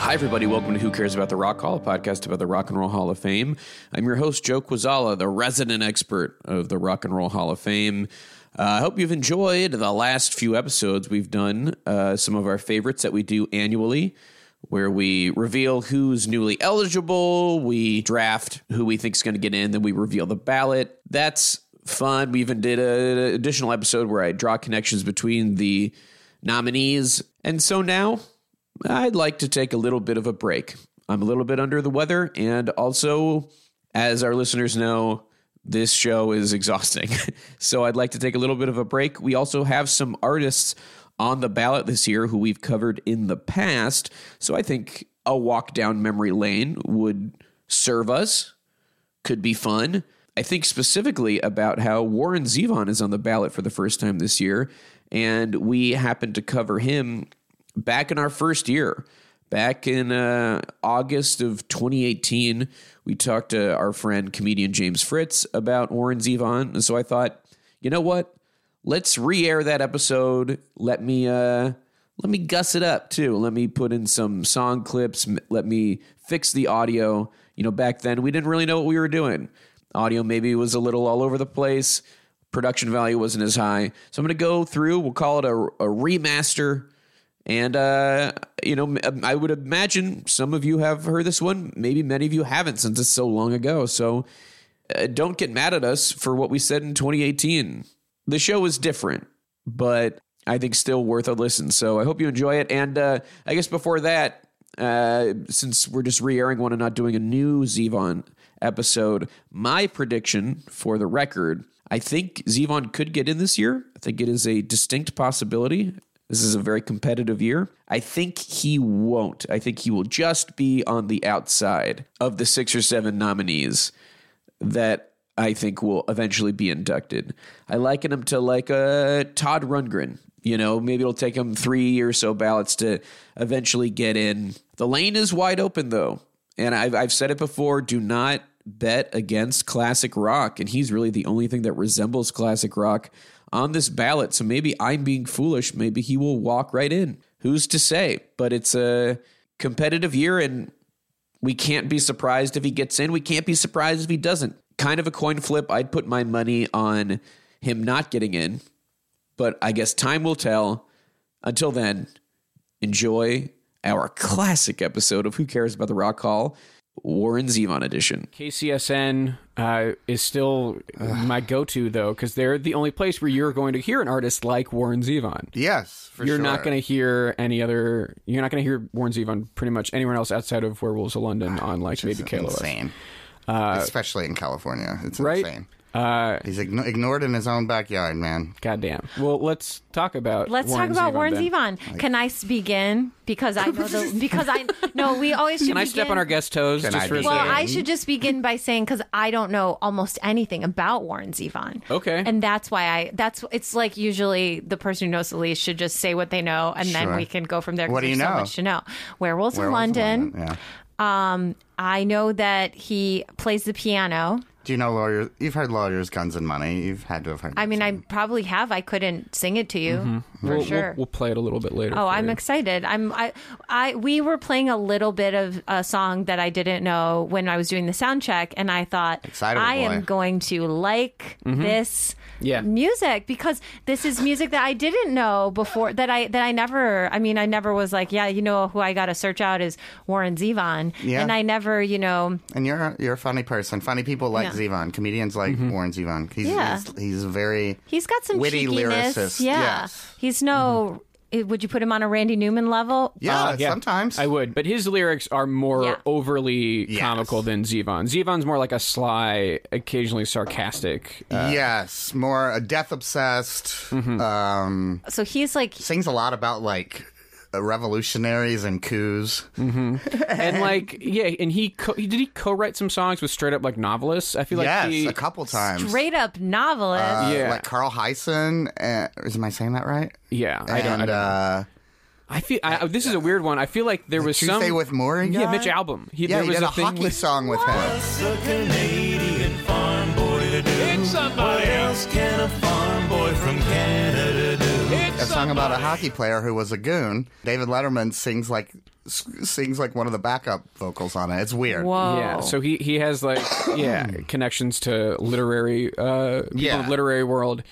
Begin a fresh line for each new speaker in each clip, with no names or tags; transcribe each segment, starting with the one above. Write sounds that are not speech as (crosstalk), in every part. Hi, everybody. Welcome to Who Cares About the Rock Hall, a podcast about the Rock and Roll Hall of Fame. I'm your host, Joe Quazala, the resident expert of the Rock and Roll Hall of Fame. Uh, I hope you've enjoyed the last few episodes we've done, uh, some of our favorites that we do annually, where we reveal who's newly eligible, we draft who we think's going to get in, then we reveal the ballot. That's fun. We even did an additional episode where I draw connections between the nominees. And so now I'd like to take a little bit of a break. I'm a little bit under the weather. And also, as our listeners know, this show is exhausting. (laughs) so I'd like to take a little bit of a break. We also have some artists on the ballot this year who we've covered in the past. So I think a walk down memory lane would serve us, could be fun. I think specifically about how Warren Zevon is on the ballot for the first time this year. And we happened to cover him back in our first year, back in uh, August of 2018, we talked to our friend comedian James Fritz about Warren Zevon, and so I thought, you know what? Let's re-air that episode. Let me uh, let me guss it up too. Let me put in some song clips. M- Let me fix the audio. You know, back then we didn't really know what we were doing. Audio maybe was a little all over the place. Production value wasn't as high. So I'm going to go through. We'll call it a, a remaster. And, uh, you know, m- I would imagine some of you have heard this one. Maybe many of you haven't since it's so long ago. So uh, don't get mad at us for what we said in 2018. The show is different, but I think still worth a listen. So I hope you enjoy it. And uh, I guess before that, uh, since we're just re airing one and not doing a new Zevon episode, my prediction for the record I think Zevon could get in this year. I think it is a distinct possibility. This is a very competitive year. I think he won't. I think he will just be on the outside of the six or seven nominees that I think will eventually be inducted. I liken him to like a Todd Rundgren. You know, maybe it'll take him three or so ballots to eventually get in. The lane is wide open though, and I've I've said it before. Do not bet against classic rock, and he's really the only thing that resembles classic rock on this ballot. So maybe I'm being foolish. Maybe he will walk right in. Who's to say? But it's a competitive year, and we can't be surprised if he gets in. We can't be surprised if he doesn't. Kind of a coin flip. I'd put my money on him not getting in, but I guess time will tell. Until then, enjoy our classic episode of Who Cares About the Rock Hall, Warren Zevon edition.
KCSN uh, is still my go-to though, because they're the only place where you're going to hear an artist like Warren Zevon.
Yes, for
you're
sure.
not going to hear any other. You're not going to hear Warren Zevon pretty much anywhere else outside of Werewolves of London on like maybe
It's
KLOS.
Ah, insane,
Uh,
especially in California. It's
right?
insane.
Uh,
He's igno- ignored in his own backyard, man.
goddamn. Well, let's talk about.
Let's
Warren
talk about
Zevon,
Warren
then.
Zevon. Can I s- begin? Because I
(laughs)
know the because I no. We always should
Can I step
begin-
on our guest toes
Can
just
I
for a
be-
Well,
second?
I should just begin by saying because I don't know almost anything about Warren Zevon.
Okay.
and that's why I. That's it's like usually the person who knows the least should just say what they know, and
Sure.
then we can go from there. 'cause
What do you
there's so
know?
much to know. Werewolves,
Werewolves
in
in
London.
London,
Um, I know that he plays the piano.
Do you know lawyers? You've heard lawyers, guns, and money. You've had to have heard.
I mean,
it.
I probably have. I couldn't sing it to you
Mm-hmm.
for
we'll,
sure.
We'll, we'll play it a little bit later.
Oh,
for
I'm
you.
excited. I'm I I we were playing a little bit of a song that I didn't know when I was doing the sound check and I thought
Excitable
I am
boy.
going to like this
Mm-hmm. Yeah.
music because this is music that I didn't know before that I that I never I mean I never was like, yeah, you know who I got to search out is Warren Zevon
Yeah.
and I never, you know,
and you're you're a funny person. Funny people like Zevon. Comedians like
Mm-hmm.
Warren Zevon. He's,
Yeah.
he's he's very
he's got some
Witty
cheekiness.
lyricist,
Yeah.
yes. Mm-hmm.
He's no eh, would you put him on a Randy Newman level?
yeah.
Uh, yeah,
Sometimes
I would, but his lyrics are more
Yeah.
overly
Yes.
comical than Zevon. Zevon's more like a sly, occasionally
(laughs)
sarcastic.
yes, more uh, death obsessed.
Mm-hmm.
Um,
So he's like
sings a lot about like uh, revolutionaries and coups.
and like yeah, and he co- he- did he co-write some songs with straight up like novelists. I feel like
yes,
he,
a couple times.
straight up novelist.
Uh,
Yeah.
like Carl Heisen. Uh, is am I saying that right?
yeah. I don't.
and
I, don't-
uh,
I feel I, this is a weird one. I feel like there was
Tuesday
some
with Maury.
yeah
guy?
Mitch Album. He,
Yeah,
there
he
was
did a,
thing
hockey
with,
song with him.
a Canadian farm boy to do? What else can a farm boy from Canada do?
A song about a hockey player who was a goon. David Letterman sings like s- sings like one of the backup vocals on it. It's weird.
Whoa.
Oh.
Yeah, so he he has like yeah connections to literary uh people
Hmm. Yeah.
of the literary world.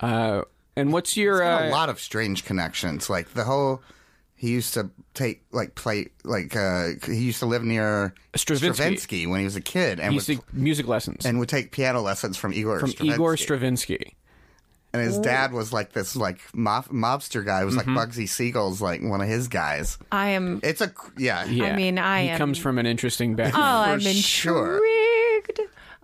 Uh, and what's your
a
uh,
lot of strange connections. Like the whole, he used to take like play like uh, he used to live near
Stravinsky.
Stravinsky when he was a kid, and would,
music music lessons
and would take piano lessons from Igor
from
Stravinsky.
Igor Stravinsky?
and his dad was like this like mob- mobster guy who was
Mm-hmm.
like Bugsy Siegel's like one of his guys.
I am.
It's a cr- yeah.
Yeah,
mean, I
he
am-
comes from an interesting
Oh,
background.
I'm intrigued.
sure.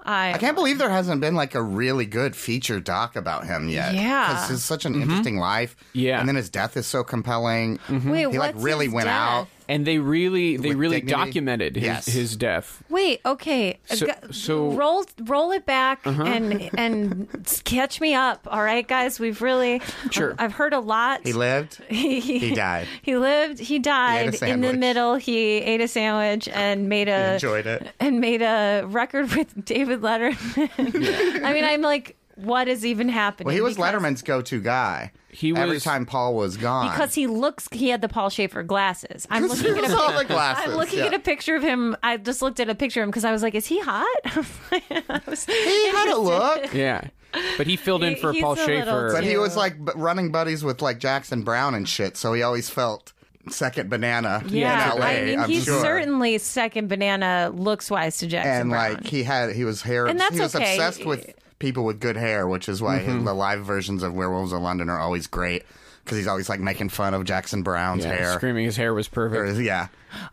I,
I can't believe there hasn't been like a really good feature doc about him yet.
Yeah.
because it's such an interesting life.
Mm-hmm. Yeah. Mm-hmm.
and then his death is so compelling.
wait.
He like
what's
really
his
went
death?
out.
and they really they
With
really
dignity?
documented his,
Yes.
his death.
Wait. Okay.
So-
Go-
so- Uh-huh.
roll roll it back and and s- catch me up. All right, guys. We've really
Sure.
I've heard a lot.
He
(laughs)
lived.
He,
He died.
He lived. He died in the
sandwich.
middle. He ate a sandwich and made a
enjoyed it.
and made a record with David Letterman. (laughs) I mean, I'm like, what is even happening?
Well, he was
Because-
Letterman's go-to guy.
He
every
was-
time Paul was gone
because he looks he had the Paul Schaefer glasses.
(laughs)
I'm
Because he
looking at
was
a
all the glasses.
I'm looking
yeah.
at a picture of him. I just looked at a picture of him because I was like, "Is he hot?" (laughs) I was-
He had a look,
(laughs)
Yeah, but he filled in
He-
for
he's
Paul
a little
Schaefer.
but he
Ew.
was like b- running buddies with like Jackson Brown and shit, so he always felt second banana.
yeah,
in LA,
I mean,
am
he's
sure.
certainly second banana looks wise to Jackson
and
Brown.
like he had he was hair.
And that's
he was
okay.
obsessed with people with good hair, which is why the live versions of Werewolves of London are always great because he's always like making fun of Jackson Brown's
yeah,
hair.
screaming his hair was
Or-
perfect.
Yeah,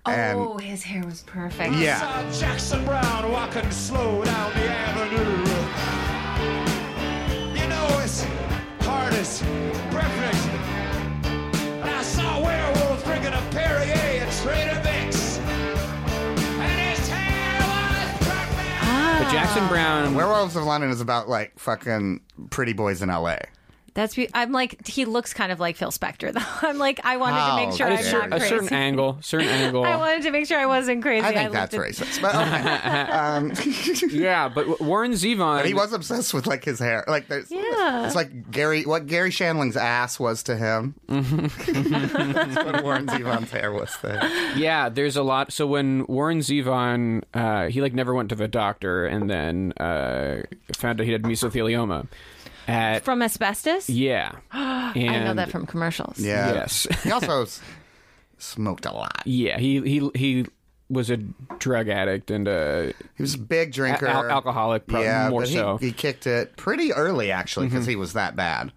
oh,
and
his hair was perfect.
yeah.
Saw Jackson Brown walking slow down the avenue. You know it's hard as perfect. And I saw a werewolf drinking a Perrier at Trader Vic's. And his hair was perfect.
But Jackson Brown,
Werewolves of London is about like fucking pretty boys in L.A.
That's be- I'm like he looks kind of like Phil Spector (laughs) though. I'm like I wanted
How
to make sure
at a,
dare
I'm
you.
cer-
not
a
crazy.
certain angle, certain angle.
I wanted to make sure I wasn't crazy.
I think
looked
that's
at-
racist, but okay.
(laughs)
yeah, but w- Warren Zevon.
But (laughs) he was obsessed with like his hair. Like there's,
Yeah.
it's like Gary what Gary Shanling's ass was to him. (laughs) That's what Warren Zevon's hair was to him.
Yeah, there's a lot. So when Warren Zevon, uh, he like never went to the doctor, and then uh, found out he had mesothelioma. At
From asbestos?
yeah, and,
(gasps) I know that from commercials.
Yeah.
Yes. (laughs)
he also s- smoked a lot.
yeah. He he he was a drug addict and uh, a
He was a big drinker,
Al- alcoholic, probably
yeah,
more
but he,
so. Mm-hmm.
He kicked it pretty early actually because he was that bad.
Um,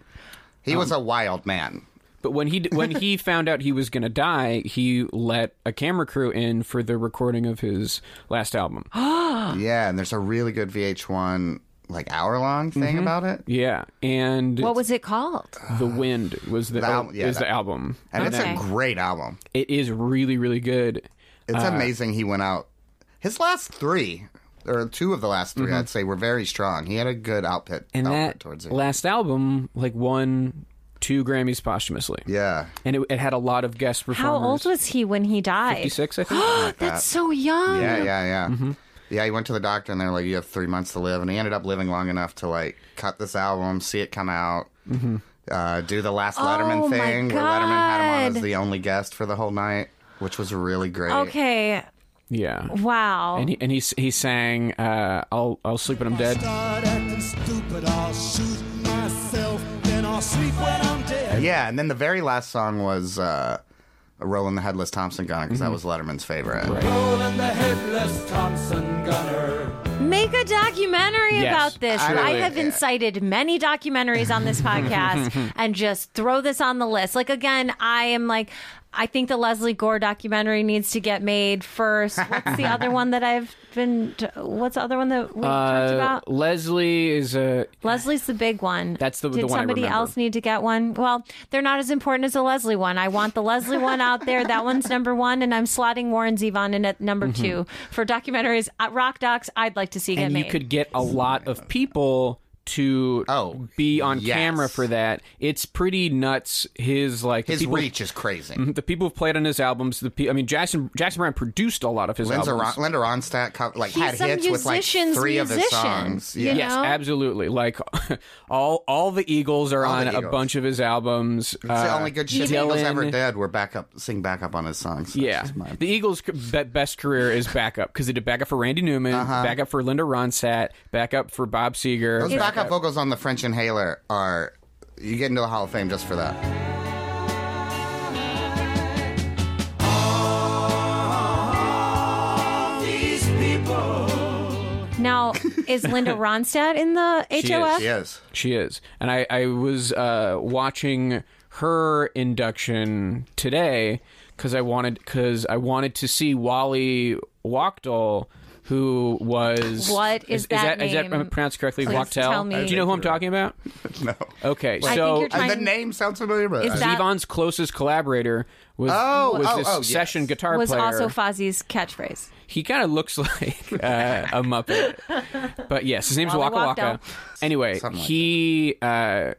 He was a wild man.
But when he when
(laughs)
he found out he was going to die, he let a camera crew in for the recording of his last
(gasps)
album. ah.
Yeah, and there's a really good VH1 like hour long
Mm-hmm.
thing about it.
yeah, and
What was it called?
Uh,
the wind was the,
The al- yeah,
is
that-
the album.
And it's
Okay.
a great album.
It is really really good. Uh,
It's amazing he went out. His last three, or two of the last 3 i I'd say, were very strong. He had a good output,
Mm-hmm. And
output
that
towards it.
last album like won two Grammys posthumously.
yeah.
And it, it had a lot of guest performers.
How old was he when he died? (gasps)
Six, I think.
That's so young.
Mm-hmm.
Yeah, yeah, yeah. Yeah, he went to the doctor and they were like, "You have three months to live," and he ended up living long enough to like cut this album, see it come out,
Mm-hmm.
uh, do the last Letterman
Oh, my
thing where Letterman had him on as
God.
the only guest for the whole night, which was really great.
Okay.
Yeah.
Wow.
And he and he s- he sang uh, "I'll I'll sleep when I'm dead."
Start acting stupid, I'll shoot myself, then I'll sleep when I'm dead.
Yeah, and then the very last song was uh, "Rolling the Headless Thompson Gunner" because
Mm-hmm.
that was Letterman's favorite.
Rolling the headless Thompson Gunner.
Make a documentary
Yes,
about this.
truly.
I have incited many documentaries on
(laughs)
this podcast and just throw this on the list. Like, again, I am like, I think the Leslie Gore documentary needs to get made first.
(laughs)
What's the other one that I've been, t- what's the other one that we talked
Uh,
about?
Leslie is a
Leslie's the big one.
That's the- the
Did
one I
somebody
remember.
else need to get one? Well, they're not as important as the Leslie one. I want the Leslie one out there. That one's number one, and I'm slotting Warren Zevon in at number two for documentaries. Uh, rock docs, I'd like to see get
Mm-hmm. and you
made.
could get a lot of people to
Oh,
be on
yes.
camera for that. It's pretty nuts. His like the
His
people, Mm-hmm.
reach is crazy.
The people who've played on his albums. The pe- I mean, Jackson Jackson Brown produced a lot of his
Linda,
albums.
Ron- Linda Ronstadt co- like
He's
had
a
hits with like
musician's
three of his
musician,
songs.
you
Yeah.
know?
Yes, absolutely. Like (laughs) all all the Eagles are
All
on
the
a
Eagles.
bunch of his albums. uh,
It's the only good shit the
Dylan-
Eagles ever did were back up, sing back up on his songs.
Yeah, the Eagles' c- be- best career is backup because they did backup for Randy Newman, backup for Linda Ronstadt, backup for Bob Seger.
Uh-huh. Those backup vocals on the French Inhaler are. You get into the Hall of Fame just for that.
These people.
(laughs)
Now, is Linda Ronstadt in the HOF?
She is,
She is.
(laughs) She is, and I I was uh, watching her induction today because I wanted because I wanted to see Wally Wachtel. Who was
What is that
Is that,
name?
am I pronounced correctly?
Please
Wachtel.
tell me.
Do you know who I'm talking about?
(laughs) No.
Okay, so
I think you're
And the
Fine.
name sounds familiar, but
Is
I-
that-
Zevon's closest collaborator was
Oh,
was
oh,
this
oh, yes.
session guitar
was
player.
also Fozzie's catchphrase.
he kind of looks (laughs) like uh, a
(laughs)
Muppet, but yes, his name's
Waka
Waka Waka.
Waka.
Anyway,
Something like
he uh,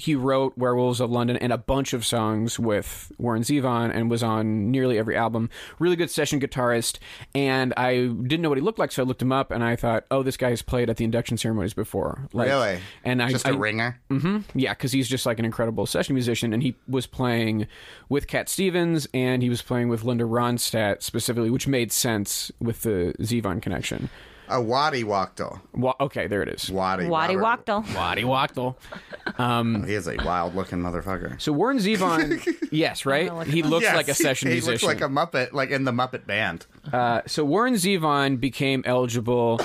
he wrote Werewolves of London and a bunch of songs with Warren Zevon, and was on nearly every album. Really good session guitarist, and I didn't know what he looked like, so I looked him up, and I thought, oh, this guy's played at the induction ceremonies before. Like,
really?
And I
just
I-
a ringer.
Mm-hmm. yeah, because he's just like an incredible session musician, and he was playing with Cat Stevens, and he was playing with Linda Ronstadt specifically, which made sense with the Zevon connection.
A Waddy Wachtel.
Wa- okay, there it is.
Waddy.
Waddy
Robert-
Wachtel.
Waddy Wachtel.
He is a wild looking motherfucker.
So Warren
(laughs)
Zevon, yes, right? He looks
Yes,
like a session
he
musician.
looks like a Muppet, like in the Muppet Band.
so Warren Zevon became
(coughs)
eligible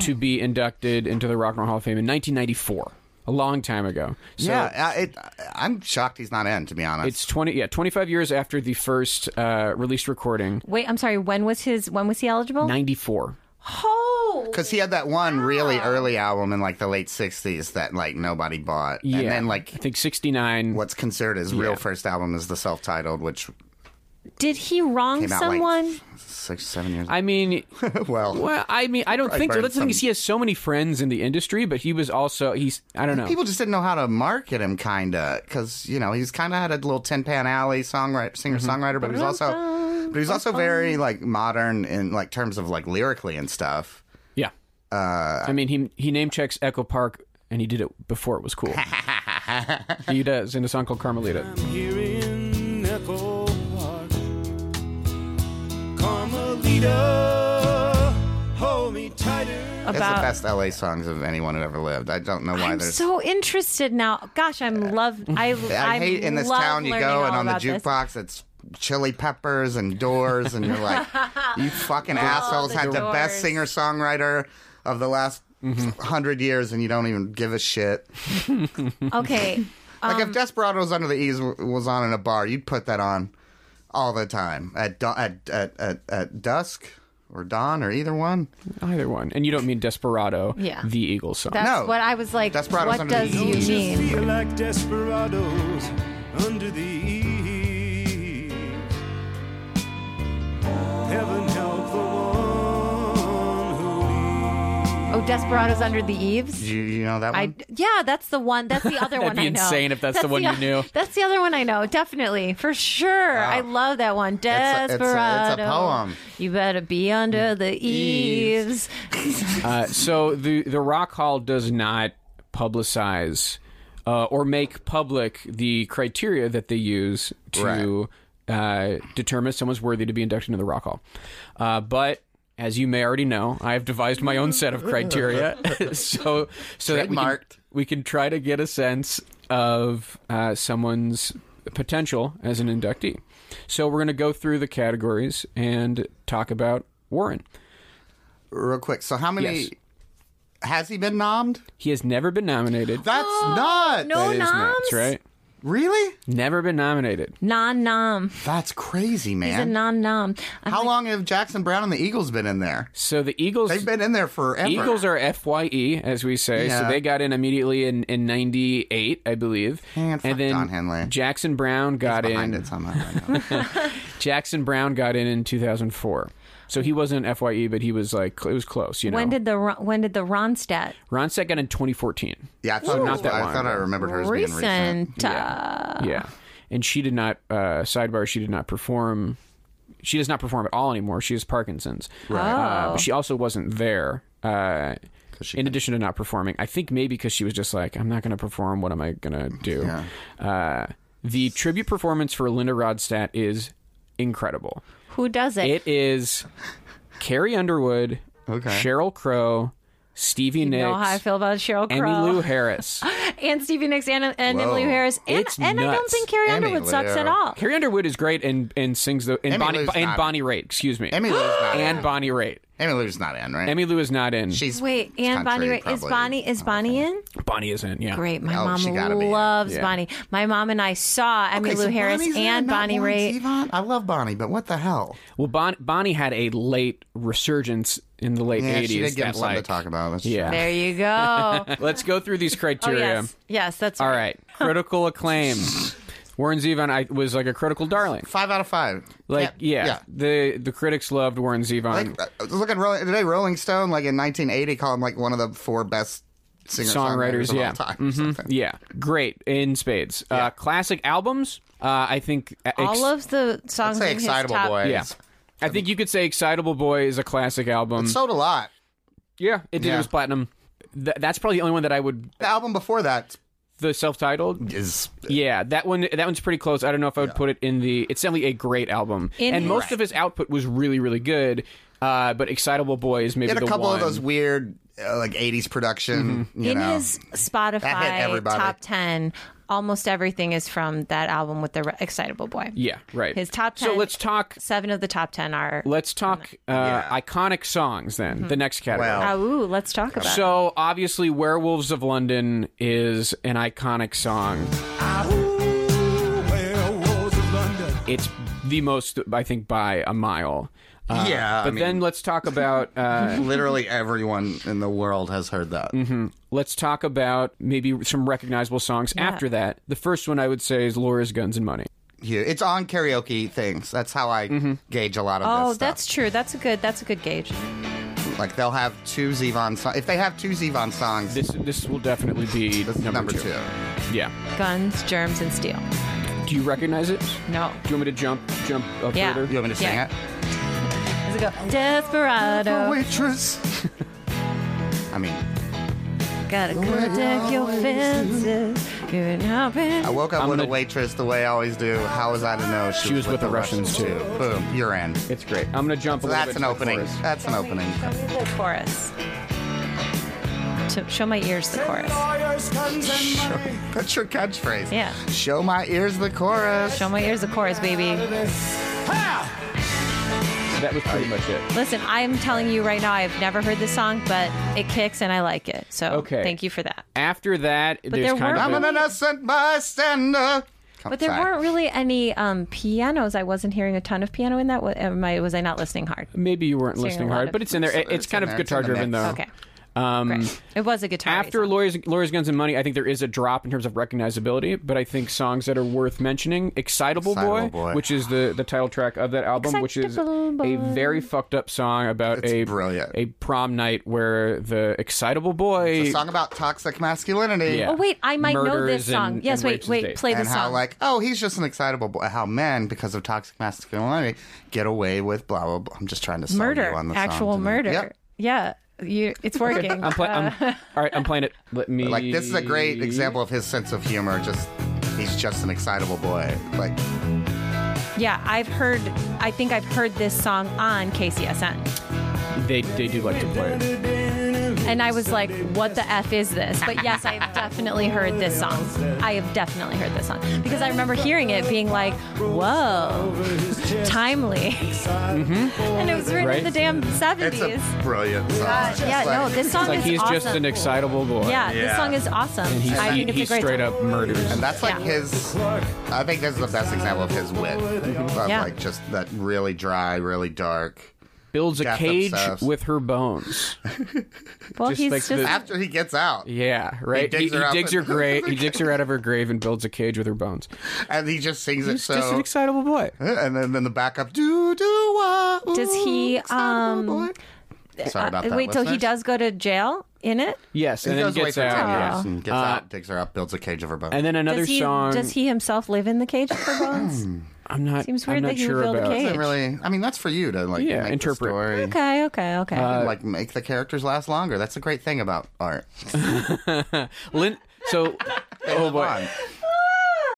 to be inducted into the Rock and Roll Hall of Fame in 1994, a long time ago. So
yeah, uh, it, I'm shocked he's not in. To be honest,
It's 20, yeah, 25 years after the first uh, released recording,
Wait, I'm sorry. When was his? When was he eligible?
94.
Oh,
Because he had that one really early album in like the late '60s that like nobody bought,
Yeah.
and then
I
like
think 69.
what's considered his real first album is the self-titled, which
did he wrong
came out like
someone?
six, seven years.
I
(laughs)
mean,
well,
well, I mean, I don't
Probably
think so.
burned
That's the thing. is He
some-
has so many friends in the industry, but he was also he's I don't know.
people just didn't know how to market him, kinda, because you know he's kind of had a little Tin Pan Alley songwriter, singer songwriter, but he's also, but he's also very like modern in like terms of like lyrically and stuff.
yeah,
Uh,
I mean, he he name checks Echo Park, and he did it before it was
(laughs)
cool. he does in a song called Carmelita.
Um,
Here in Echo Park, Carmelita, hold me tighter.
It's the
About-
best LA songs of anyone who ever lived. I don't know why
I'm
there's.
so interested now. Gosh, I'm love. I,
(laughs) I hate in this
love
town you
learning
go
all
and on the
about this.
jukebox it's chili peppers and doors and you're
(laughs)
like you fucking assholes
the
had the best
Doors.
singer songwriter of the last hundred years and you don't even give a shit. (laughs)
Okay,
Like
Um,
if Desperados Under the Eaves w- was on in a bar, you'd put that on all the time at du- at, at at at dusk or dawn or either one.
Either one, and you don't mean Desperado,
Yeah.
the Eagles song.
that's
No.
what I was like.
Desperados
What
under the
does you
eaves.
mean?
Just feel like desperados under the eaves. Heaven help the one who leaves.
Oh, Desperados Under the Eaves.
Do you, you know that one?
I yeah, that's the one. That's the
(laughs)
other one.
be
I know.
insane if that's the one you knew.
That's the other one I know. Definitely, for sure. I love that one.
a- it's a- it's a
Desperado.
poem.
You better be under the eaves.
Uh, so the the Rock Hall does not publicize uh, or make public the criteria that they use to uh, determine if someone's worthy to be inducted into the Rock Hall. Uh, but as you may already know, I have devised my own set of criteria, (laughs) so so that we can,
Trademarked.
we can try to get a sense of uh, someone's potential as an inductee. So we're going to go through the categories and talk about Warren.
Real quick. So how many?
Yes.
Has he been nommed?
He has never been nominated.
That's not
(gasps) No
That is nuts,
noms.
right?
really.
Never been nominated.
Non nom.
That's crazy,
He's a
man.
non nom.
how long have Jackson Brown and the Eagles been in there?
So the Eagles
They've been in there forever.
Eagles are FYE as we say. So
Yeah.
they got in immediately in in 98, I believe.
Man, fuck
and then
Don Henley.
Jackson Brown got
behind
in
it somehow. I know.
Jackson Brown got in in 2004. So he wasn't FYE but he was like it was close, you know.
When did the Ron- when did the Ronstadt
Ronstadt got in 2014.
yeah, I thought,
So not that
I
long
thought I
ago.
remembered hers being recent.
recent? Uh,
yeah. And she did not uh sidebar she did not perform she does not perform at all anymore. She has Parkinson's. Right. Uh, but she also wasn't there. Uh, in addition to not performing, I think maybe because she was just like, I'm not going to perform. What am I going to do? Uh, the tribute performance for Linda Rodstadt is incredible.
who does it?
It is Carrie Underwood,
Okay.
Cheryl Crow, Stevie
you
Nicks,
know how I feel about Cheryl Crow
Emmylou Harris.
(laughs) and Stevie Nicks and, and
Whoa.
Emily Harris and,
It's
and I don't
nuts.
think Carrie
Emmy
Underwood sucks
Lou.
at all.
Carrie Underwood is great and, and sings the and
Emmylou's
Bonnie and
not-
Bonnie Raitt. Excuse me,
Emmy Lou's
(gasps)
not
and
in.
Bonnie Raitt.
Emmy Lou's not in, right?
Emmy Lou is not in.
She's
Wait, and Bonnie
country,
Raitt- is
probably.
Bonnie is Bonnie in?
Bonnie is in. Yeah,
Great. My
Oh,
mom
she gotta be in.
loves
Yeah.
Bonnie. My mom and I saw Emily
Okay,
Lou
so
Harris
Bonnie's in,
and
not
Bonnie
Warren
Raitt.
Zevon? I love Bonnie, but what the hell?
Well, bon- Bonnie had a late resurgence in the late
Yeah,
80s.
she did give him
that,
something
like-
to talk about. That's
Yeah.
There
(laughs)
you go.
Let's go through these
(laughs) oh,
criteria.
yes. Yes, that's
All right. Critical
(laughs)
acclaim. Warren Zevon I, was like a critical darling.
Five out of five.
Like, yeah, Um,
yeah.
The the critics loved Warren Zevon.
Like, uh, look at Rolling, today, Rolling Stone, like in 1980, called him like one of the four best singer
Songwriters,
of
yeah.
all time.
Mhm.
Or something.
yeah. Great. In spades. Uh, classic albums. Uh, I think. uh, ex-
All of the
I'd
songs
say
in his
Excitable
top-
Boy.
Yeah.
is-
I think you could say Excitable Boy is a classic album.
Sold a lot.
yeah, it did. It
Yeah.
was platinum. Th- that's probably the only one that I would.
The album before that
The self titled.
is
Yeah, that one that one's pretty close. I don't know if I would put it in the. It's definitely a great album,
In
and
his-
most of his output was really, really good. Uh, but Excitable Boy is maybe
He had
the
a couple
one. Mm-hmm.
of those weird uh, like 80s production you
in
know
his Spotify
everybody.
top 10, almost everything is from that album with the re- Excitable Boy.
yeah, right.
His top
So
10
let's talk.
Seven of the top 10 are.
Let's talk uh, iconic songs then. The next category.
Well,
Ah, ooh, let's talk about it.
so obviously, "Werewolves of London" is an iconic song. It's the most, I think, by a mile. Uh,
Yeah, I
but
mean-
then let's talk about
(laughs)
uh,
literally everyone in the world has heard that
Mm-hmm. Let's talk about maybe some recognizable songs after that. The first one I would say is Laura's Guns and Money.
Here, it's on karaoke things that's how i
Mm-hmm.
gauge a lot of
Oh,
this stuff.
that's true. That's a good. That's a good gauge.
like they'll have two zevon songs if they have two zevon songs
This this will definitely be
this is
number, two. Yeah.
Guns, germs, and steel.
Do you recognize it? Do
No.
you want me to jump jump up
Yeah.
further?
you want me to
Yeah.
sing it
Does it go? Desperado.
waitress (laughs) i mean
Gotta protect your fences. You're not been-
i woke up
I'm
with
gonna-
a waitress the way i always do how was i to know she,
She was with the Russians,
too boom you're in so
It's great. I'm gonna jump a little
that's
bit to
an
the
opening
chorus.
that's an
(laughs)
opening
Show me the chorus. To show my ears the chorus.
That's your catchphrase.
Yeah.
Show my ears the chorus.
Show my ears the chorus, baby.
That was pretty much it.
Listen, I'm telling you right now, I've never heard this song, but it kicks and I like it. So
Okay.
thank you for that.
After that, there's
there
kind
were-
I'm
of
an
a,
innocent bystander.
But there
Sorry.
weren't really any um, pianos. I wasn't hearing a ton of piano in that. Wa- Am I, was I not listening hard?
maybe you weren't
Singing
listening
a lot
hard,
of-
but it's in there. It- it's,
It's
kind
in
of
there. It's
guitar
in the
driven
mix.
though.
Okay.
Um,
Great. It was a guitar.
After Lawyers, Lawyers, Guns, and Money, I think there is a drop in terms of recognizability, but I think songs that are worth mentioning Excitable, Boy,
Excitable Boy.
which is the, the title track of that album, which is a
Excitable Boy.
very fucked up song about
It's
a
brilliant.
a prom night where the Excitable Boy.
It's a song about toxic masculinity.
Yeah.
Oh wait, I might know
Murders
this song.
and-
yes,
and rapes
wait,
and
wait,
dates.
play
and
this
how
song.
like oh he's just an excitable boy how men because of toxic masculinity get away with blah blah blah i'm just trying to sell
murder,
you on the song
actual
tonight.
murder.
Yep.
Yeah, you, it's working.
I'm play- I'm,
(laughs) Uh,
all right, I'm playing it. Let me.
like this is a great example of his sense of humor just he's just an excitable boy like
Uh, yeah, I've heard. I think I've heard this song on KCSN,
They, they do like to play it.
and I was like, "What the f is this?" But yes, I have definitely heard this song. I have definitely heard this song because I remember hearing it, being like, "Whoa, timely," and it was written
Mm-hmm. Right?
in the damn
it's
seventies.
a brilliant song
Uh, yeah,
Like,
no, this song
It's like
is
he's
awesome.
just an excitable boy.
yeah, this song is awesome.
And he's,
I
he,
think it's
he
a great
straight
song.
up murders.
and that's like
Yeah.
his i think this is the best example of his wit of
Yeah.
like just that really dry really dark
builds a
Death
cage
obsessed.
with her bones.
Well,
Just
he's
like
just
the-
after he gets out
Yeah, right.
digs her out
digs
the-
her
(laughs)
grave. He digs her out of her grave and builds a cage with her bones.
and he just sings it
He's just an
so
excitable boy.
Eh, and then, then the backup do do wah, ooh,
Does he,
excitable
um,
boy. sorry about that
wait till he
listeners.
does go to jail in it.
Yes, and
he
then
goes
gets
away for
out.
10
yeah. Uh,
years and gets out, digs her up, builds a cage of her bones.
And then another
does he,
song.
Does he himself live in the
(clears throat)
cage for bones?
I'm not.
Seems
I'm
weird
not
that he would
sure
build a
about.
cage.
doesn't really. I mean, that's for you to like
Yeah,
make
interpret. Uh,
The story.
okay, okay, okay.
And, like make the characters last longer. That's the great thing about art.
Lin-
(laughs)
so, oh boy.
Fun.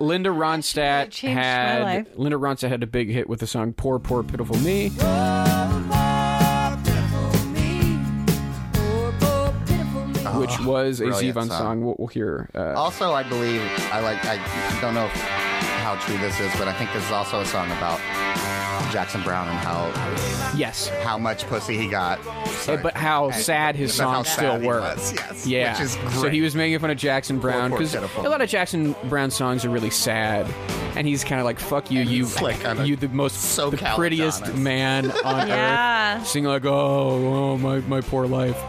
Linda
It
Ronstadt
changed my life.
had Linda Ronstadt had a big hit with the song "Poor, Poor, Pitiful Me." (laughs) Which was a
Uh-huh. brilliant
Zevon
song.
song. We'll, we'll hear. Uh,
Also, I believe I like. I don't know if, how true this is, but I think this is also a song about Jackson Brown and how
yes,
how much pussy he got. Sorry.
but how
And-
sad his
but how
songs still
sad he
were.
was, Yes.
Yeah.
Which is great.
So he was making fun of Jackson Brown
poor
because a
Jennifer.
lot of Jackson Brown songs are really sad, and he's kind of like, "Fuck you, you,
like kinda
you, the most,
so
the
Cal
prettiest
Adonis. (laughs)
man on
Yeah.
earth." Sing like, "Oh, oh, my, my poor life."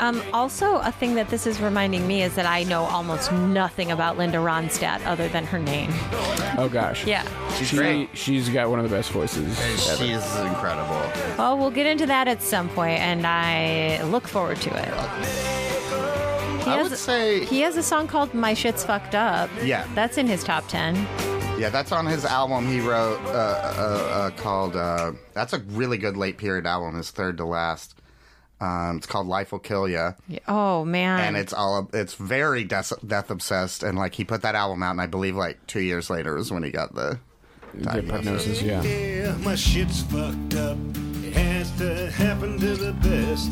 um, also, a thing that this is reminding me is that I know almost nothing about Linda Ronstadt other than her name.
Oh gosh.
Yeah.
She's
She,
great.
she's got one of the best voices.
She's incredible.
Well, we'll get into that at some point, and I look forward to it. He
I
has-
would say-
he has a song called "My Shit's Fucked Up."
Yeah.
that's in his top ten.
Yeah, that's on his album he wrote uh, uh, uh, called. Uh, that's a really good late period album, his third to last. Um, it's called "Life Will Kill Ya,"
Oh man,
and it's all it's very death, death obsessed. And like he put that album out, and I believe like two years later is when he got the.
Good prognosis, yeah.
Yeah, my shit's fucked up. It has to happen to the best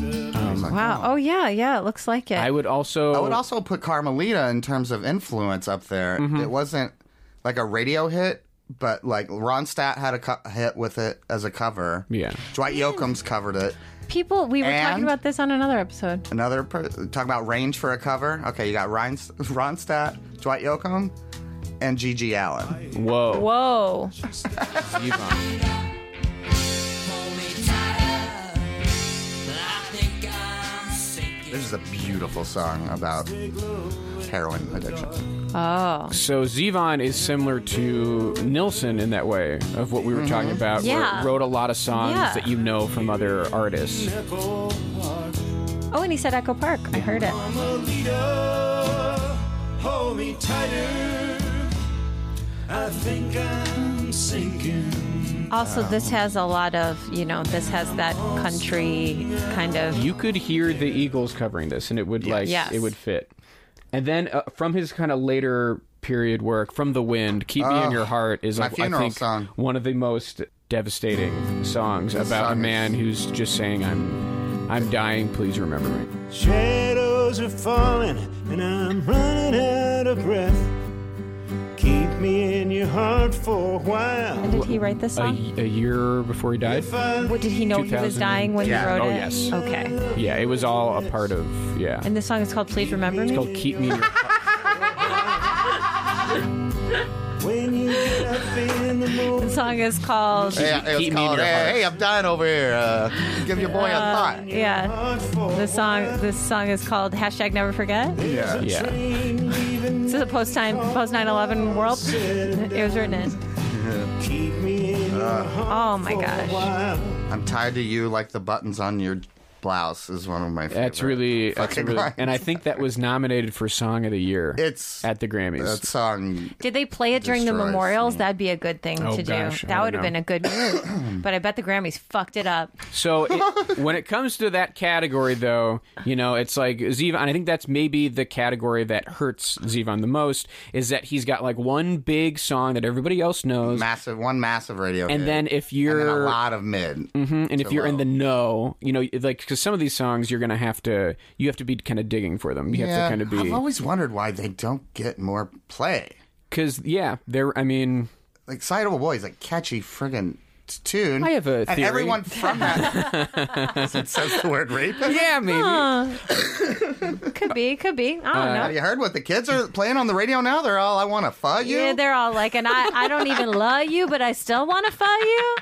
of
wow. Oh yeah, yeah. It looks like it.
I would also. Mm-hmm.
I would also put Carmelita in terms of influence up there. It wasn't like a radio hit, but like Ron Stat had a co- hit with it as a cover.
Yeah.
Dwight Yoakam's covered it.
People, we were
And?
talking about this on another episode.
Another per- talk about range for a cover. Okay, you got Ryan, (laughs) Ron Stat, Dwight Yoakam, and Gigi Allen.
Whoa.
Whoa.
Yvonne.
This is a beautiful song about heroin addiction.
Oh.
So Zevon is similar to Nilsson in that way of what we were talking about. where
Mm-hmm. Yeah.
it wrote a lot of songs
Yeah.
that you know from other artists.
Oh, and he said Echo Park. I heard it.
Lolita, hold me tighter. I think I'm sinking.
Also, this has a lot of, you know, this has that country kind of.
You could hear the Eagles covering this, and it would like
Yes.
it would fit. And then uh, from his kind of later period work, from the wind, "Keep Me in Your Heart" is
my
like I
funeral
think
song.
one of the most devastating songs about
song
a
is-
man who's just saying, "I'm, I'm dying. Please remember me."
Shadows are falling, and I'm running out of breath. Keep me in your heart for a while.
When did he write this
A,
song?
a year before he died.
What, did he know he was
2000
dying when
Yeah.
he wrote
Oh,
it?
yes.
Okay.
Yeah, it was all a part of yeah.
And this song is called Please Remember
It's
Me?
called "Keep Me." In Your
(laughs)
When you get up in the morning,
The song is called.
Hey, it was
Keep me in
called,
your
hey,
heart."
hey, I'm dying over here. Uh, give your boy a thought.
Yeah.
heart for
The song, this song is called hashtag Never Forget.
Yeah.
Yeah.
This is a post time, post 9/11 world. It was written in.
keep me in your heart
Oh my
for a
gosh.
while.
I'm tied to you like the buttons on your blouse is one of my favorite.
That's really, that's
fucking
really
lines.
and I think that was nominated for Song of the Year.
It's-
at the Grammys.
that song.
Did they play it during the
Destroys
memorials? That'd be a good thing
Oh,
to
gosh, I
do. That
don't
would
know.
have been a good move. but I bet the Grammys fucked it up.
So it, when it comes to that category, though, you know, it's like Zevon. I think that's maybe the category that hurts Zevon the most is that he's got like one big song that everybody else knows,
Massive, one massive radio.
and
hit.
then if
And then
you're
a lot of mid.
Mhm, and if you're in the know, you know, like because some of these songs you're gonna have to you have to be kind of digging for them. You have to kind of
I've
be
always wondered why they don't get more play.
because yeah, there. I mean,
Like Excitable Boys, like catchy friggin' t- tune.
I have a
and
theory.
everyone from that
(laughs)
(laughs) it says the word rape.
yeah, maybe.
Could be, could be. I don't know.
Have you heard what the kids are playing on the radio now? They're all I want to fuck you.
Yeah, they're all like, and I, I don't even love you, but I still want to fuck you.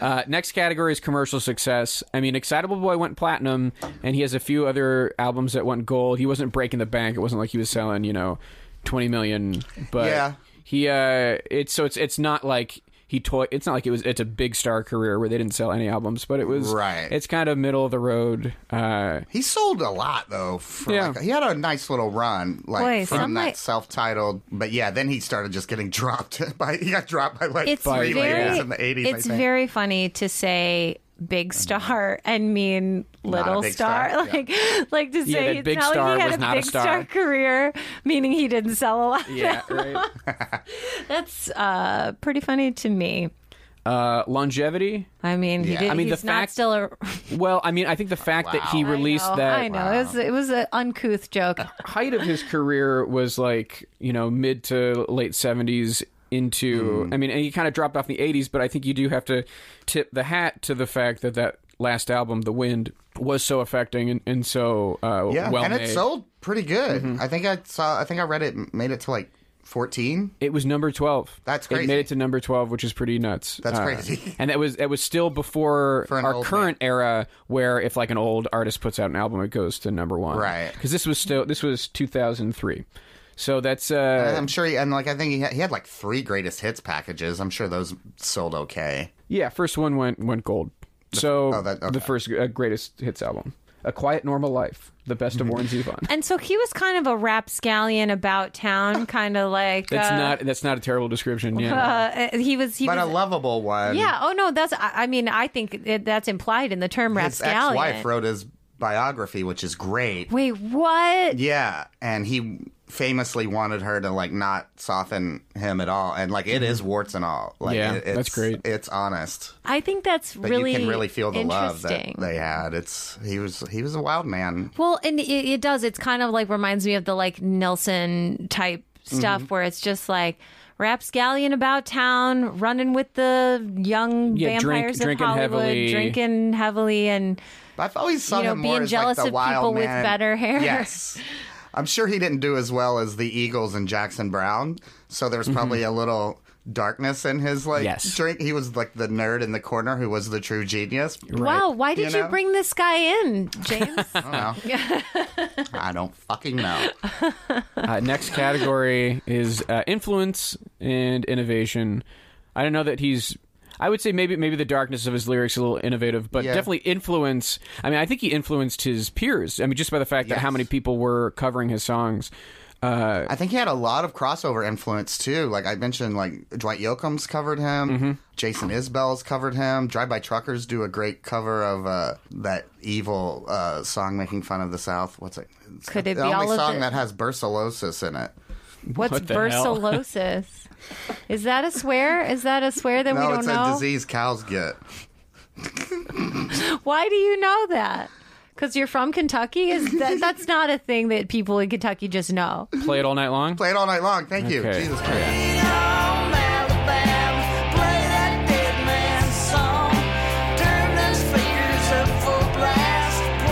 Uh, next category is commercial success. I mean, Excitable Boy went platinum, and he has a few other albums that went gold. He wasn't breaking the bank. It wasn't like he was selling, you know, twenty million. But
Yeah.
he, uh, it's so it's it's not like he toy. It's not like it was. It's a big star career where they didn't sell any albums, but it was
Right.
It's kind of middle of the road. Uh,
He sold a lot though. For
Yeah.
like, he had a nice little run, like
Boy,
from
some
that
might-
self-titled. But yeah, then he started just getting (laughs) dropped by. He got dropped by like
It's
three
very,
ladies in the eighties.
it's very funny to say big star and mean
Not a
little
big
star. (laughs)
star, yeah.
Like, like to
Yeah,
say
that
it's
big
not
star
like he
was
had a
not a
big
star.
career, meaning he didn't sell a lot.
yeah, right.
That's uh, pretty funny to me.
Uh, longevity.
I mean, he
Yeah.
did.
I
mean, the
he's not
fact-
still a.
Well, I mean, I think the fact that he
(laughs)
released
I know,
that
I know. It was it was an uncouth joke.
height of his career was like you know mid to late 70s into
Hmm.
i mean and he kind of dropped off in the 80s but i think you do have to tip the hat to the fact that that last album the wind was so affecting and, and so uh
yeah,
well
and it
made.
sold pretty good. I think I saw. I think I read it made it to like fourteen.
It was number 12
That's
it
crazy.
made it to number 12 which is pretty nuts Uh,
That's crazy. (laughs)
and that was that was still before
For an
our
old
current era where if like an old artist puts out an album it goes to number one
Right.
because this was still this was 2003 so that's uh
I'm sure, he, and like I think he had, he had like three greatest hits packages. I'm sure those sold okay.
Yeah, first one went went gold. So
oh, that-
the
okay.
first uh, greatest hits album, "A Quiet Normal Life," the best of
Mm-hmm.
Warren
(laughs)
Zevon.
And so he was kind of a rapscallion
(laughs)
about town, kind of like
That's
uh,
not that's not a terrible description.
(laughs)
Yeah,
Uh, he was. He
But a
was
lovable one.
yeah. Oh no. That's. I, I mean, I think it, that's implied in the term
his
rapscallion.
ex-wife wrote his biography, which is great.
Wait, what?
Yeah, and he famously wanted her to like not soften him at all, and like it is warts and all. Like,
Mm-hmm. Yeah,
it- it's,
that's great.
It's honest,
I think that's
but
really.
you can really feel the love that
interesting.
they had. It's he was he was a wild man.
Well, and it, it
Mm-hmm.
does. It's kind of like reminds me of the like Nelson type stuff where it's just like rapscallion about town, running with the young
Yeah, drink-
vampires of
drinking
Hollywood,
heavily.
drinking heavily, and
I've always saw
You know,
him more
being
as
jealous
like the
of
wild
people with
man.
better hair.
Yes. I'm sure he didn't do as well as the Eagles and Jackson Brown, so there was probably a little darkness in his like
Mm-hmm. Yes.
drink. He was like the nerd in the corner who was the true genius.
wow, why did
You
you,
know?
bring this guy in, James?
(laughs)
I don't know. I don't fucking know.
Uh, next category is uh, influence and innovation. I don't know that he's. I would say maybe maybe the darkness of his lyrics is a little innovative, but
Yeah.
definitely influence. I mean, I think he influenced his peers. I mean, just by the fact that how
Yes.
many people were covering his songs.
I think he had a lot of crossover influence too. Like I mentioned, like Dwight Yoakam's covered him, Jason Isbell's covered him. Drive By Truckers do a great cover of uh, that evil uh, song making fun of the South. What's it? It's
Could it
the
be
only
all of
song
the-
that has bursilosis in it?
What's
What the hell?
bursilosis? Is that a swear? Is that a swear that we
no,
don't
it's
know?
a disease cows get.
Why do you know that? Because you're from Kentucky? Is
(laughs)
that, that's not a thing that people in Kentucky just know.
Play it all night long.
Play it all night long. Thank you.
Okay.
Jesus Christ.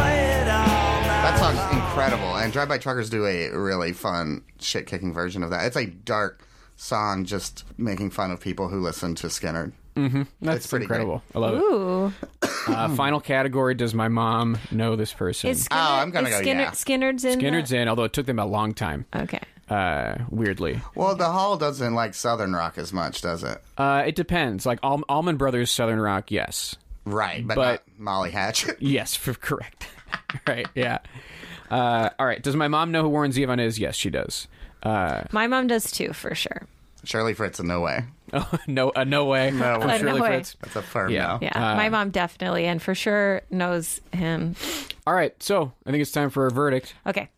That song's incredible, and Drive By Truckers do a really fun shit kicking version of that. It's a dark song, just making fun of people who listen to Skinner.
Mm-hmm. That's
pretty great. Mm-hmm.
incredible. I love
Ooh.
it. Uh, final category: Does my mom know this person?
Is Skinner,
Oh, I'm gonna
is
go
Skinner,
yeah.
Skinner's in
Skinner's in, although it took them a long time.
the- Okay.
Uh, weirdly,
Well, the Hall doesn't like Southern rock as much, does it?
uh, it depends. Like Al- Almond Brothers, Southern Rock, yes.
Right, but,
But-
not Molly Hatch. (laughs)
Yes, for correct. (laughs) right, yeah. Uh, all right. Does my mom know who Warren Zevon is? Yes, she does.
My mom does too, for sure.
Shirley Fritz in no way.
Oh, (laughs) no, uh, no way. No,
way.
Shirley
No way.
Fritz.
That's a firm
Yeah.
yeah.
Yeah. my mom definitely and for sure knows him.
All right. So I think it's time for a verdict.
Okay.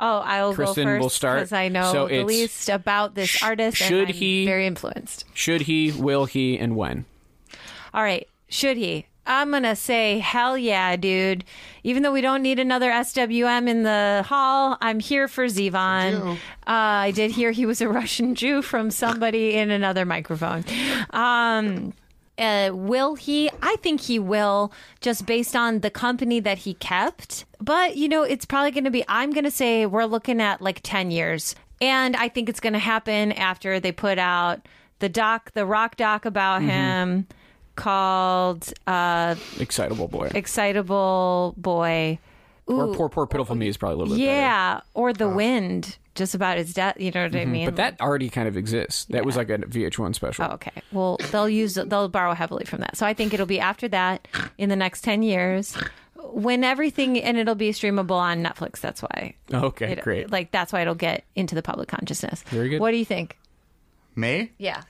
Oh, I'll
Kristen
go
will
first
start.
because I know
So
the
it's-
least about this
Sh-
artist.
should
and I'm
he-
Very influenced.
Should he? Will he? And when?
All right. Should he? I'm going to say, hell yeah, dude. Even though we don't need another SWM in the hall, I'm here for Zivon. Uh, I did hear he was a Russian Jew from somebody in another microphone. Um, uh, will he? I think he will, just based on the company that he kept. But, you know, it's probably going to be, I'm going to say we're looking at like 10 years. And I think it's going to happen after they put out the doc, the rock doc about
Mm-hmm.
him called uh,
Excitable boy.
Excitable Boy.
or poor, poor, pitiful me is probably a little bit. better.
Yeah. Or The Wind, just about his death. You know what I mean?
Mm-hmm. But that already kind of exists. That was like a VH1 special.
Oh, okay. Well, they'll use they'll borrow heavily from that. So I think it'll be after that in the next ten years, when everything and it'll be streamable on Netflix. That's why.
(laughs) Okay,
Oh, It-
great.
Like that's why it'll get into the public consciousness.
Very good.
What do you think?
Me?
Yeah.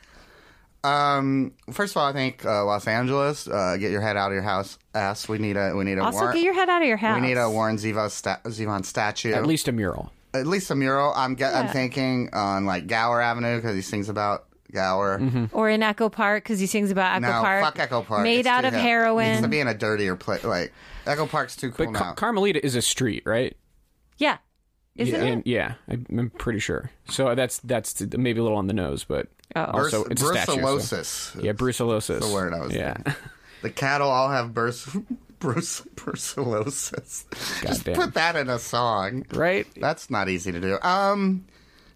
Um, first of all, I think uh, Los Angeles, uh, get your head out of your house. Ass. We need a. We need a.
Also,
warrant.
get your head out of your house.
We need a Warren Zevon, sta- Zevon statue.
At least a mural.
at least a mural. I'm ge- I'm thinking on like Gower Avenue because he sings about Gower.
or in Echo Park because he sings about Mm-hmm. Echo
No,
Park.
fuck Echo Park.
Made
It's
out
too
of
hip. Needs to
heroin.
be in a dirtier place. Like Echo Park's too cool
But
now.
Car- Carmelita is a street, right?
yeah. Isn't
yeah,
it?
and- yeah, I'm I'm pretty sure. So that's that's maybe a little on the nose, but
Oh.
also
Burs-
it's a statue. so-
brucellosis.
Yeah, brucellosis.
the word I was
Yeah.
The cattle all have burst. (laughs) Bruce, brucellosis. Just
Goddamn.
put that in a song.
(laughs) right.
That's not easy to do. Um,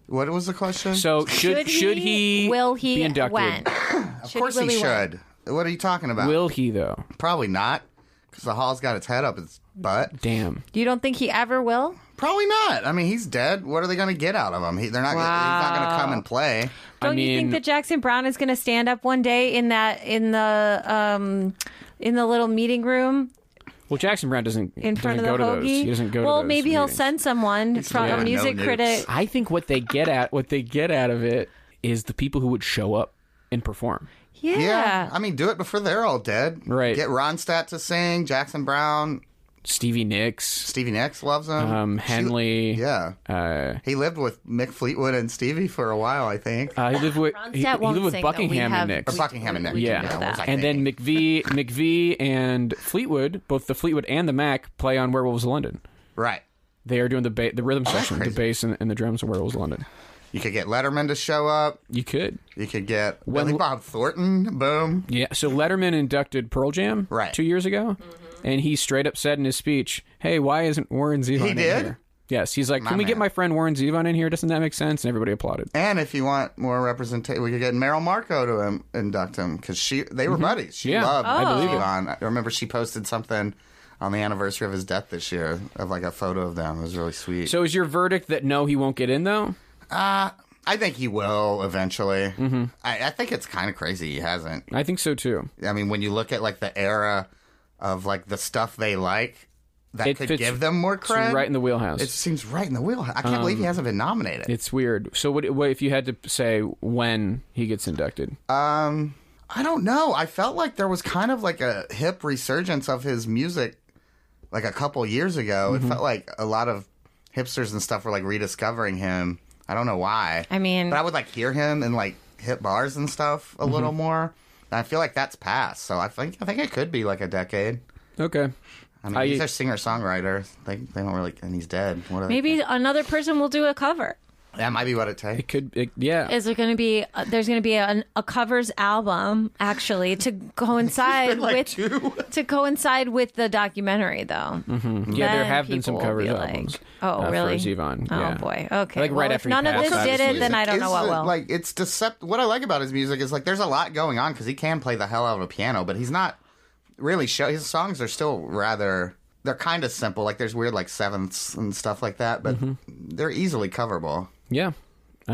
what was the question?
So should should, he,
Will he?
be inducted?
When?
of course he,
really win?
should. What are you talking about?
Will he though?
Probably not, because the hall's got its head up its butt.
Damn.
You don't think he ever will?
Probably not. I mean, he's dead. What are they going to get out of him? He, they're not. He's not going to come and play.
Don't you
mean-
think that Jackson Brown is going to stand up one day in that in the um in the little meeting room
Well, Jackson Brown doesn't
in front
doesn't
of
go
the
to
hoagie?
those. He doesn't go.
well,
to those
maybe he'll
meetings.
send someone from
Yeah.
a
No
music
nukes.
critic.
I think what they get at what they get out of it is the people who would show up and perform.
Yeah.
I mean, do it before they're all dead.
Right.
Get Ronstadt to sing. Jackson Brown.
Stevie Nicks,
Stevie Nicks loves him.
um, Henley.
yeah.
Uh,
He lived with Mick Fleetwood and Stevie for a while, I think.
uh, he lived with he, he
Ronstadt won't
lived with
sing, though. We
Buckingham and
have-
Nicks.
Or Buckingham and Nick.
we do
Yeah.
what
know
was
that.
I
and then
thinking?
McVie, McVie, and Fleetwood, both the Fleetwood and the Mac, play on Werewolves of London.
right.
They are doing the ba- the rhythm section, the
crazy.
bass and, and the drums of Werewolves of London.
You could get Letterman to show up.
You could.
You could get
When-
Billy Bob Thornton. Boom.
Yeah. So Letterman inducted Pearl Jam
Right.
two years ago, and he straight up said in his speech, "Hey, why isn't Warren Zevon
He
in
did?
here?" Yes, he's like, "Can we get my friend Warren Zevon in here? Doesn't that make sense?" And everybody applauded.
And if you want more representation, we could get Meryl Marco to um, induct him because she they were buddies. She
Mm-hmm. Yeah,
loved
I believe it.
Yvonne. I remember she posted something on the anniversary of his death this year of like a photo of them. It was really sweet.
So is your verdict that no, he won't get in though?
I think he will eventually.
Mm-hmm.
I, I think it's kind of crazy he hasn't.
I think so too.
I mean, when you look at like the era of like the stuff they like, that
It
could
fits-
give them more
It's
credit.
right in the Um, wheelhouse.
It seems right in the wheelhouse. I can't believe he hasn't been nominated.
It's weird. So what, what if you had to say when he gets inducted?
Um, I don't know. I felt like there was kind of like a hip resurgence of his music, like a couple years ago.
Mm-hmm.
It felt like a lot of hipsters and stuff were like rediscovering him. I don't know why.
I mean-
but I would like hear him in like hip bars and stuff a
Mm-hmm.
little more. And I feel like that's past. So I think I think it could be like a decade.
Okay.
I mean,
I-
he's a singer songwriter. They they don't really, and he's dead. What do they-
Maybe another person will do a cover.
that might be what it
It
(laughs)
takes.
could it, yeah.
Is there going to be? Uh, there's going to be an, a covers album
(laughs)
actually to coincide with to coincide with the documentary though.
yeah, there
Then
have been some
people will
covers
be like,
albums.
Oh,
uh,
really?
For Zevon.
Oh
yeah.
boy. Okay.
Like right
Well, if
after he
none of
passed
this
out,
did
his
it, then
music
I don't
is
know what
that,
will.
Like it's decept. What I like about his music is like there's a lot going on because he can play the hell out of a piano, but he's not really show. His songs are still rather. They're kind of simple. Like there's weird like sevenths and stuff like that, but
Mm-hmm.
they're easily coverable.
Yeah. Uh,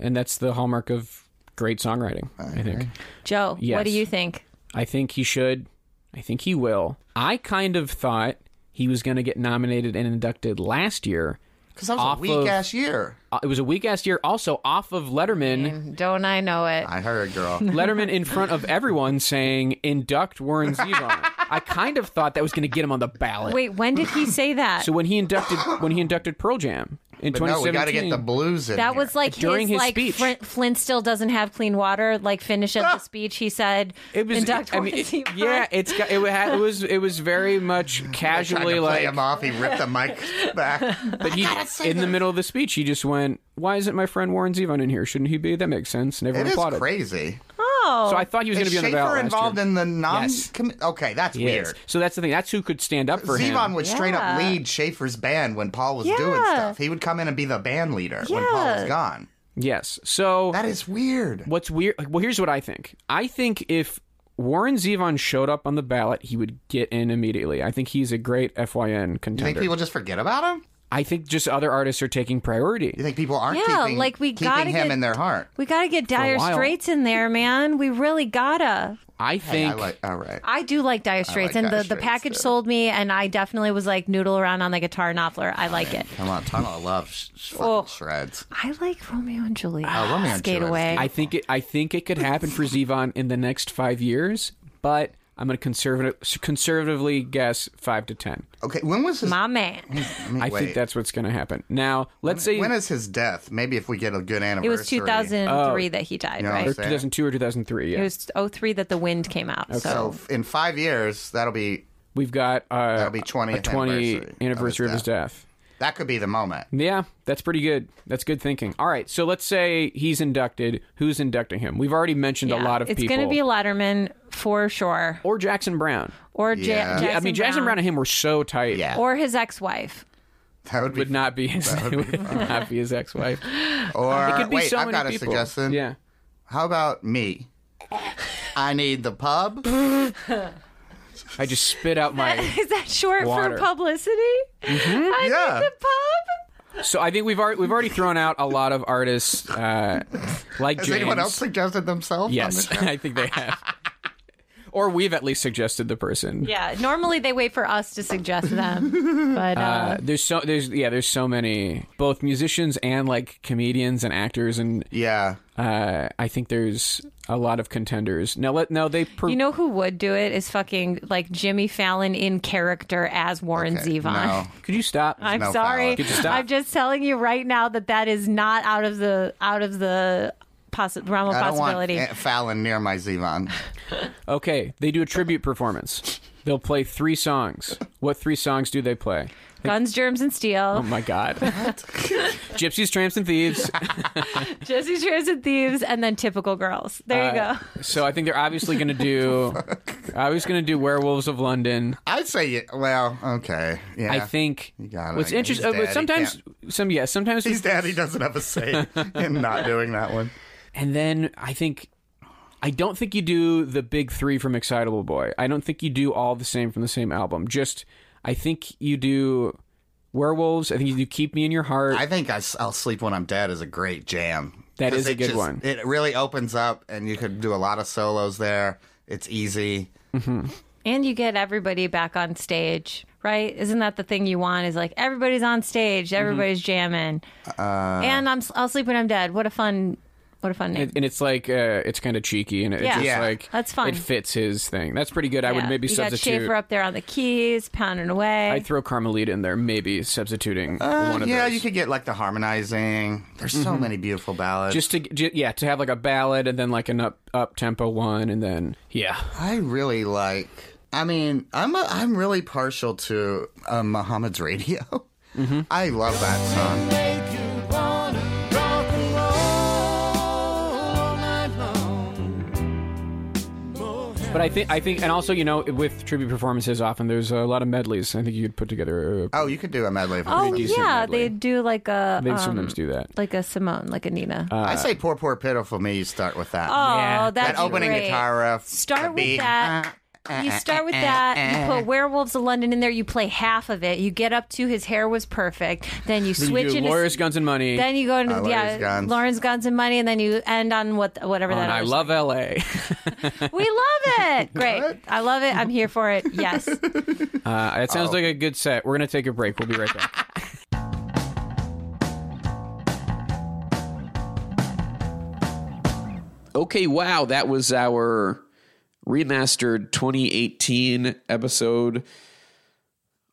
and that's the hallmark of great songwriting, I think.
Joe,
Yes.
what do you think?
I think he should. I think he will. I kind of thought he was going to get nominated and inducted last year.
Because that was
Off
a
of-
weak ass year.
Uh, It was a weak ass year, also off of Letterman.
Don't I know it?
Mm-hmm. I
(laughs)
heard, girl.
(laughs)
Letterman in front of everyone saying, induct Warren Zevon. I kind of thought that was going to get him on the ballot.
Wait, when did he say that?
So when he inducted when he inducted Pearl Jam in
But no,
2017,
we got to get the blues in.
that
here.
was like
During his
his, like
speech. Ah!
Flint, Flint still doesn't have clean water. Like finish of the speech, he said.
it was
induct
I mean,
Warren
it-
Zevon."
yeah, it's got, it, had, it was it was very
(laughs)
much
Tried to
casually
play
like
him off. He ripped the mic
(laughs)
back.
But he, in the middle of the speech, he just went, "Why isn't my friend Warren Zevon in here? Shouldn't he be?" That makes sense. And
It
everyone
is
applauded.
crazy.
Oh,
So I thought he was going
Is
to be on the
Schaefer
ballot.
involved
last
in the non?
Yes.
commi- okay, that's
year. Yes.
weird.
So that's the thing. That's who could stand up for him.
Zevon would straight up
Yeah.
lead Schaefer's band when Paul was doing
Yeah.
stuff. He would come in and be the band leader when Paul was
Yeah.
gone.
Yes. So
That is weird.
what's weird? Well, here's what I think. I think if Warren Zevon showed up on the ballot, he would get in immediately. I think he's a great FYN
You think
contender.
people just forget about him?
I think just other artists are taking
You
priority.
think people aren't
Yeah,
keeping,
like, we
keeping
gotta
him
get-
in their heart?
we gotta get Dire
while.
Straits in there, man. We really gotta.
I
Hey, I
think
like, all right.
I do like Dire Straits, and
Dire
the, the
Straits,
package
too.
sold me, and I definitely was like noodle around on the guitar noffler. I like it.
Come on, Tunnel of Love sh- sh- fucking
Oh.
shreds.
I like Romeo and Juliet.
Oh, Romeo and
Skate
Juliet.
away.
I think it. I think it could happen for Zevon in the next five years, but I'm going to conservative, conservatively guess five to ten.
Okay, when was his?
My man.
I, mean,
I
wait.
think that's what's going to happen. Now, let's say
when is his death? Maybe if we get a good
It
anniversary.
was 2003 that he died,
You know what I'm
right?
saying?
2002 or 2003. Yeah,
It was 03 that the wind came out.
So
So
f- in five years, that'll be
we've got uh,
That'll be 20th
a 20
anniversary of
anniversary, of
his
his death.
that could be the moment.
Yeah, that's pretty good. That's good thinking. All right, so let's say he's inducted. Who's inducting him? We've already mentioned a
yeah.
lot of
it's
people.
going to be Letterman for sure,
or Jackson Brown.
or ja-
Yeah.
Jackson
yeah, I mean Jackson Brown and him were so tight.
Yeah,
or his ex-wife. (laughs)
that would be.
Would not be his (laughs) would not be his ex wife.
or
It could be
wait,
so
I've
many
got a
people.
suggestion.
Yeah.
How about me? I need the pub.
I just spit out
(laughs)
my
Is that short
Water.
for publicity? I
Yeah.
need (laughs) the pub.
So I think we've already we've already thrown out a lot of artists uh, like
Has
James.
anyone else suggested themselves?
yes, (laughs)
On the show?
I think they have. or we've at least suggested the person.
Yeah, normally they wait for us to suggest them, but uh,
Uh, there's so there's yeah there's so many both musicians and like comedians and actors and
(laughs) Yeah.
uh, I think there's a lot of contenders. Now let now they per-
you know who would do it is fucking like Jimmy Fallon in character as Warren
Okay,
Zevon.
No.
could you stop?
I'm
No
sorry.
Fallon. Could
you stop?
I'm just telling you right now that that is not out of the out of the possi- realm of
I don't
(laughs)
want
possibility.
Aunt Fallon near my Zevon.
okay, they do a tribute performance. They'll play three songs. What three songs do they play?
Guns, Germs, and
Oh
Steel.
my God. Gypsies, Tramps, and Thieves.
Jesse Germs and Thieves, and then Typical Girls. There you go.
So I think they're obviously going to
(laughs)
do. I was going to do Werewolves of London.
I'd say, yeah, well, okay. Yeah.
I think.
got it,
What's
I guess.
interesting,
He's
but
dead, he
sometimes, some yeah, sometimes,
He's dad. He doesn't have a (laughs) say in not doing that one.
and then I think. I don't think you do the big three from Excitable Boy. I don't think you do all the same from the same album. Just, I think you do Werewolves. I think you do Keep Me in Your Heart.
I think I, will Sleep When I'm Dead is a great jam.
That
'Cause
is a
it
good one.
It really opens up, and you could do a lot of solos there. It's easy.
And you get everybody back on stage, right? Isn't that the thing you want? Is like everybody's on
Mm-hmm.
stage, everybody's jamming.
Uh,
and I'm I'll sleep when I'm dead. What a fun, what a fun name.
and, and it's like uh, it's kind of cheeky and it- it's
Yeah.
just
Yeah.
like
That's fine.
It fits his thing. That's pretty good. I would
Yeah.
maybe
you got
substitute.
Schaefer up eh? there on the keys, pounding away.
I throw Carmelita in there, maybe substituting
Uh,
one of
yeah,
those.
you could get like the harmonizing. There's so many beautiful ballads.
just to ju- yeah to have like a ballad and then like an up up tempo one and then yeah
I really like. I mean, I'm a, I'm really partial to uh, Muhammad's Radio.
Mm-hmm.
I love that song.
but i think i think and also you know with tribute performances often there's a lot of medleys i think you'd put together uh,
Oh, you could do a medley. Of
oh
these.
yeah,
medley.
they do like a
they
um,
sometimes do that
like a Simone, like a Nina.
I say "Poor, Poor, Pitiful Me." You start with that.
oh,
yeah.
that's
that opening
great.
guitar riff. uh,
Start
the
with
beat.
that. You start with
uh,
that. You put Werewolves of London in there. You play half of it. You get up to his hair was perfect. Then you
Then
switch
you do
into
lawyers guns and money
Then you go into
Uh,
the yeah,
Lauren's Guns.
Lauren's Guns and Money, and then you end on what whatever that.
Oh, and i love
other-
la (laughs)
We love
(laughs)
it. Great, I love it. I'm here for it. Yes.
Uh, it sounds like a good set. We're going to take a break. We'll be right back.
Okay, wow, that was our remastered 2018 episode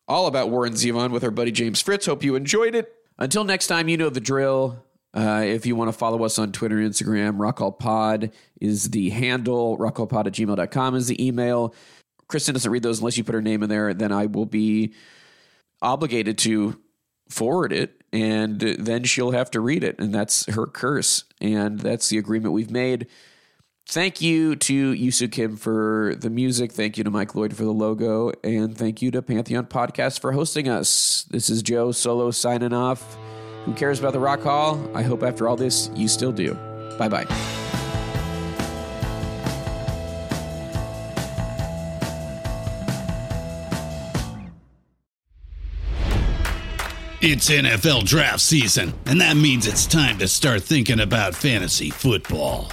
all about Warren Zevon with our buddy James Fritz. Hope you enjoyed it. Until next time, you know the drill. Uh, if you want to follow us on Twitter and Instagram, Rockallpod is the handle. Rockallpod at gmail.com is the email. Kristen doesn't read those unless you put her name in there. Then I will be obligated to forward it and then she'll have to read it and that's her curse and that's the agreement we've made thank you to yusu kim for the music thank you to mike lloyd for the logo and thank you to pantheon podcast for hosting us this is joe solo signing off who cares about the rock hall i hope after all this you still do bye bye
It's NFL draft season, and that means it's time to start thinking about fantasy football.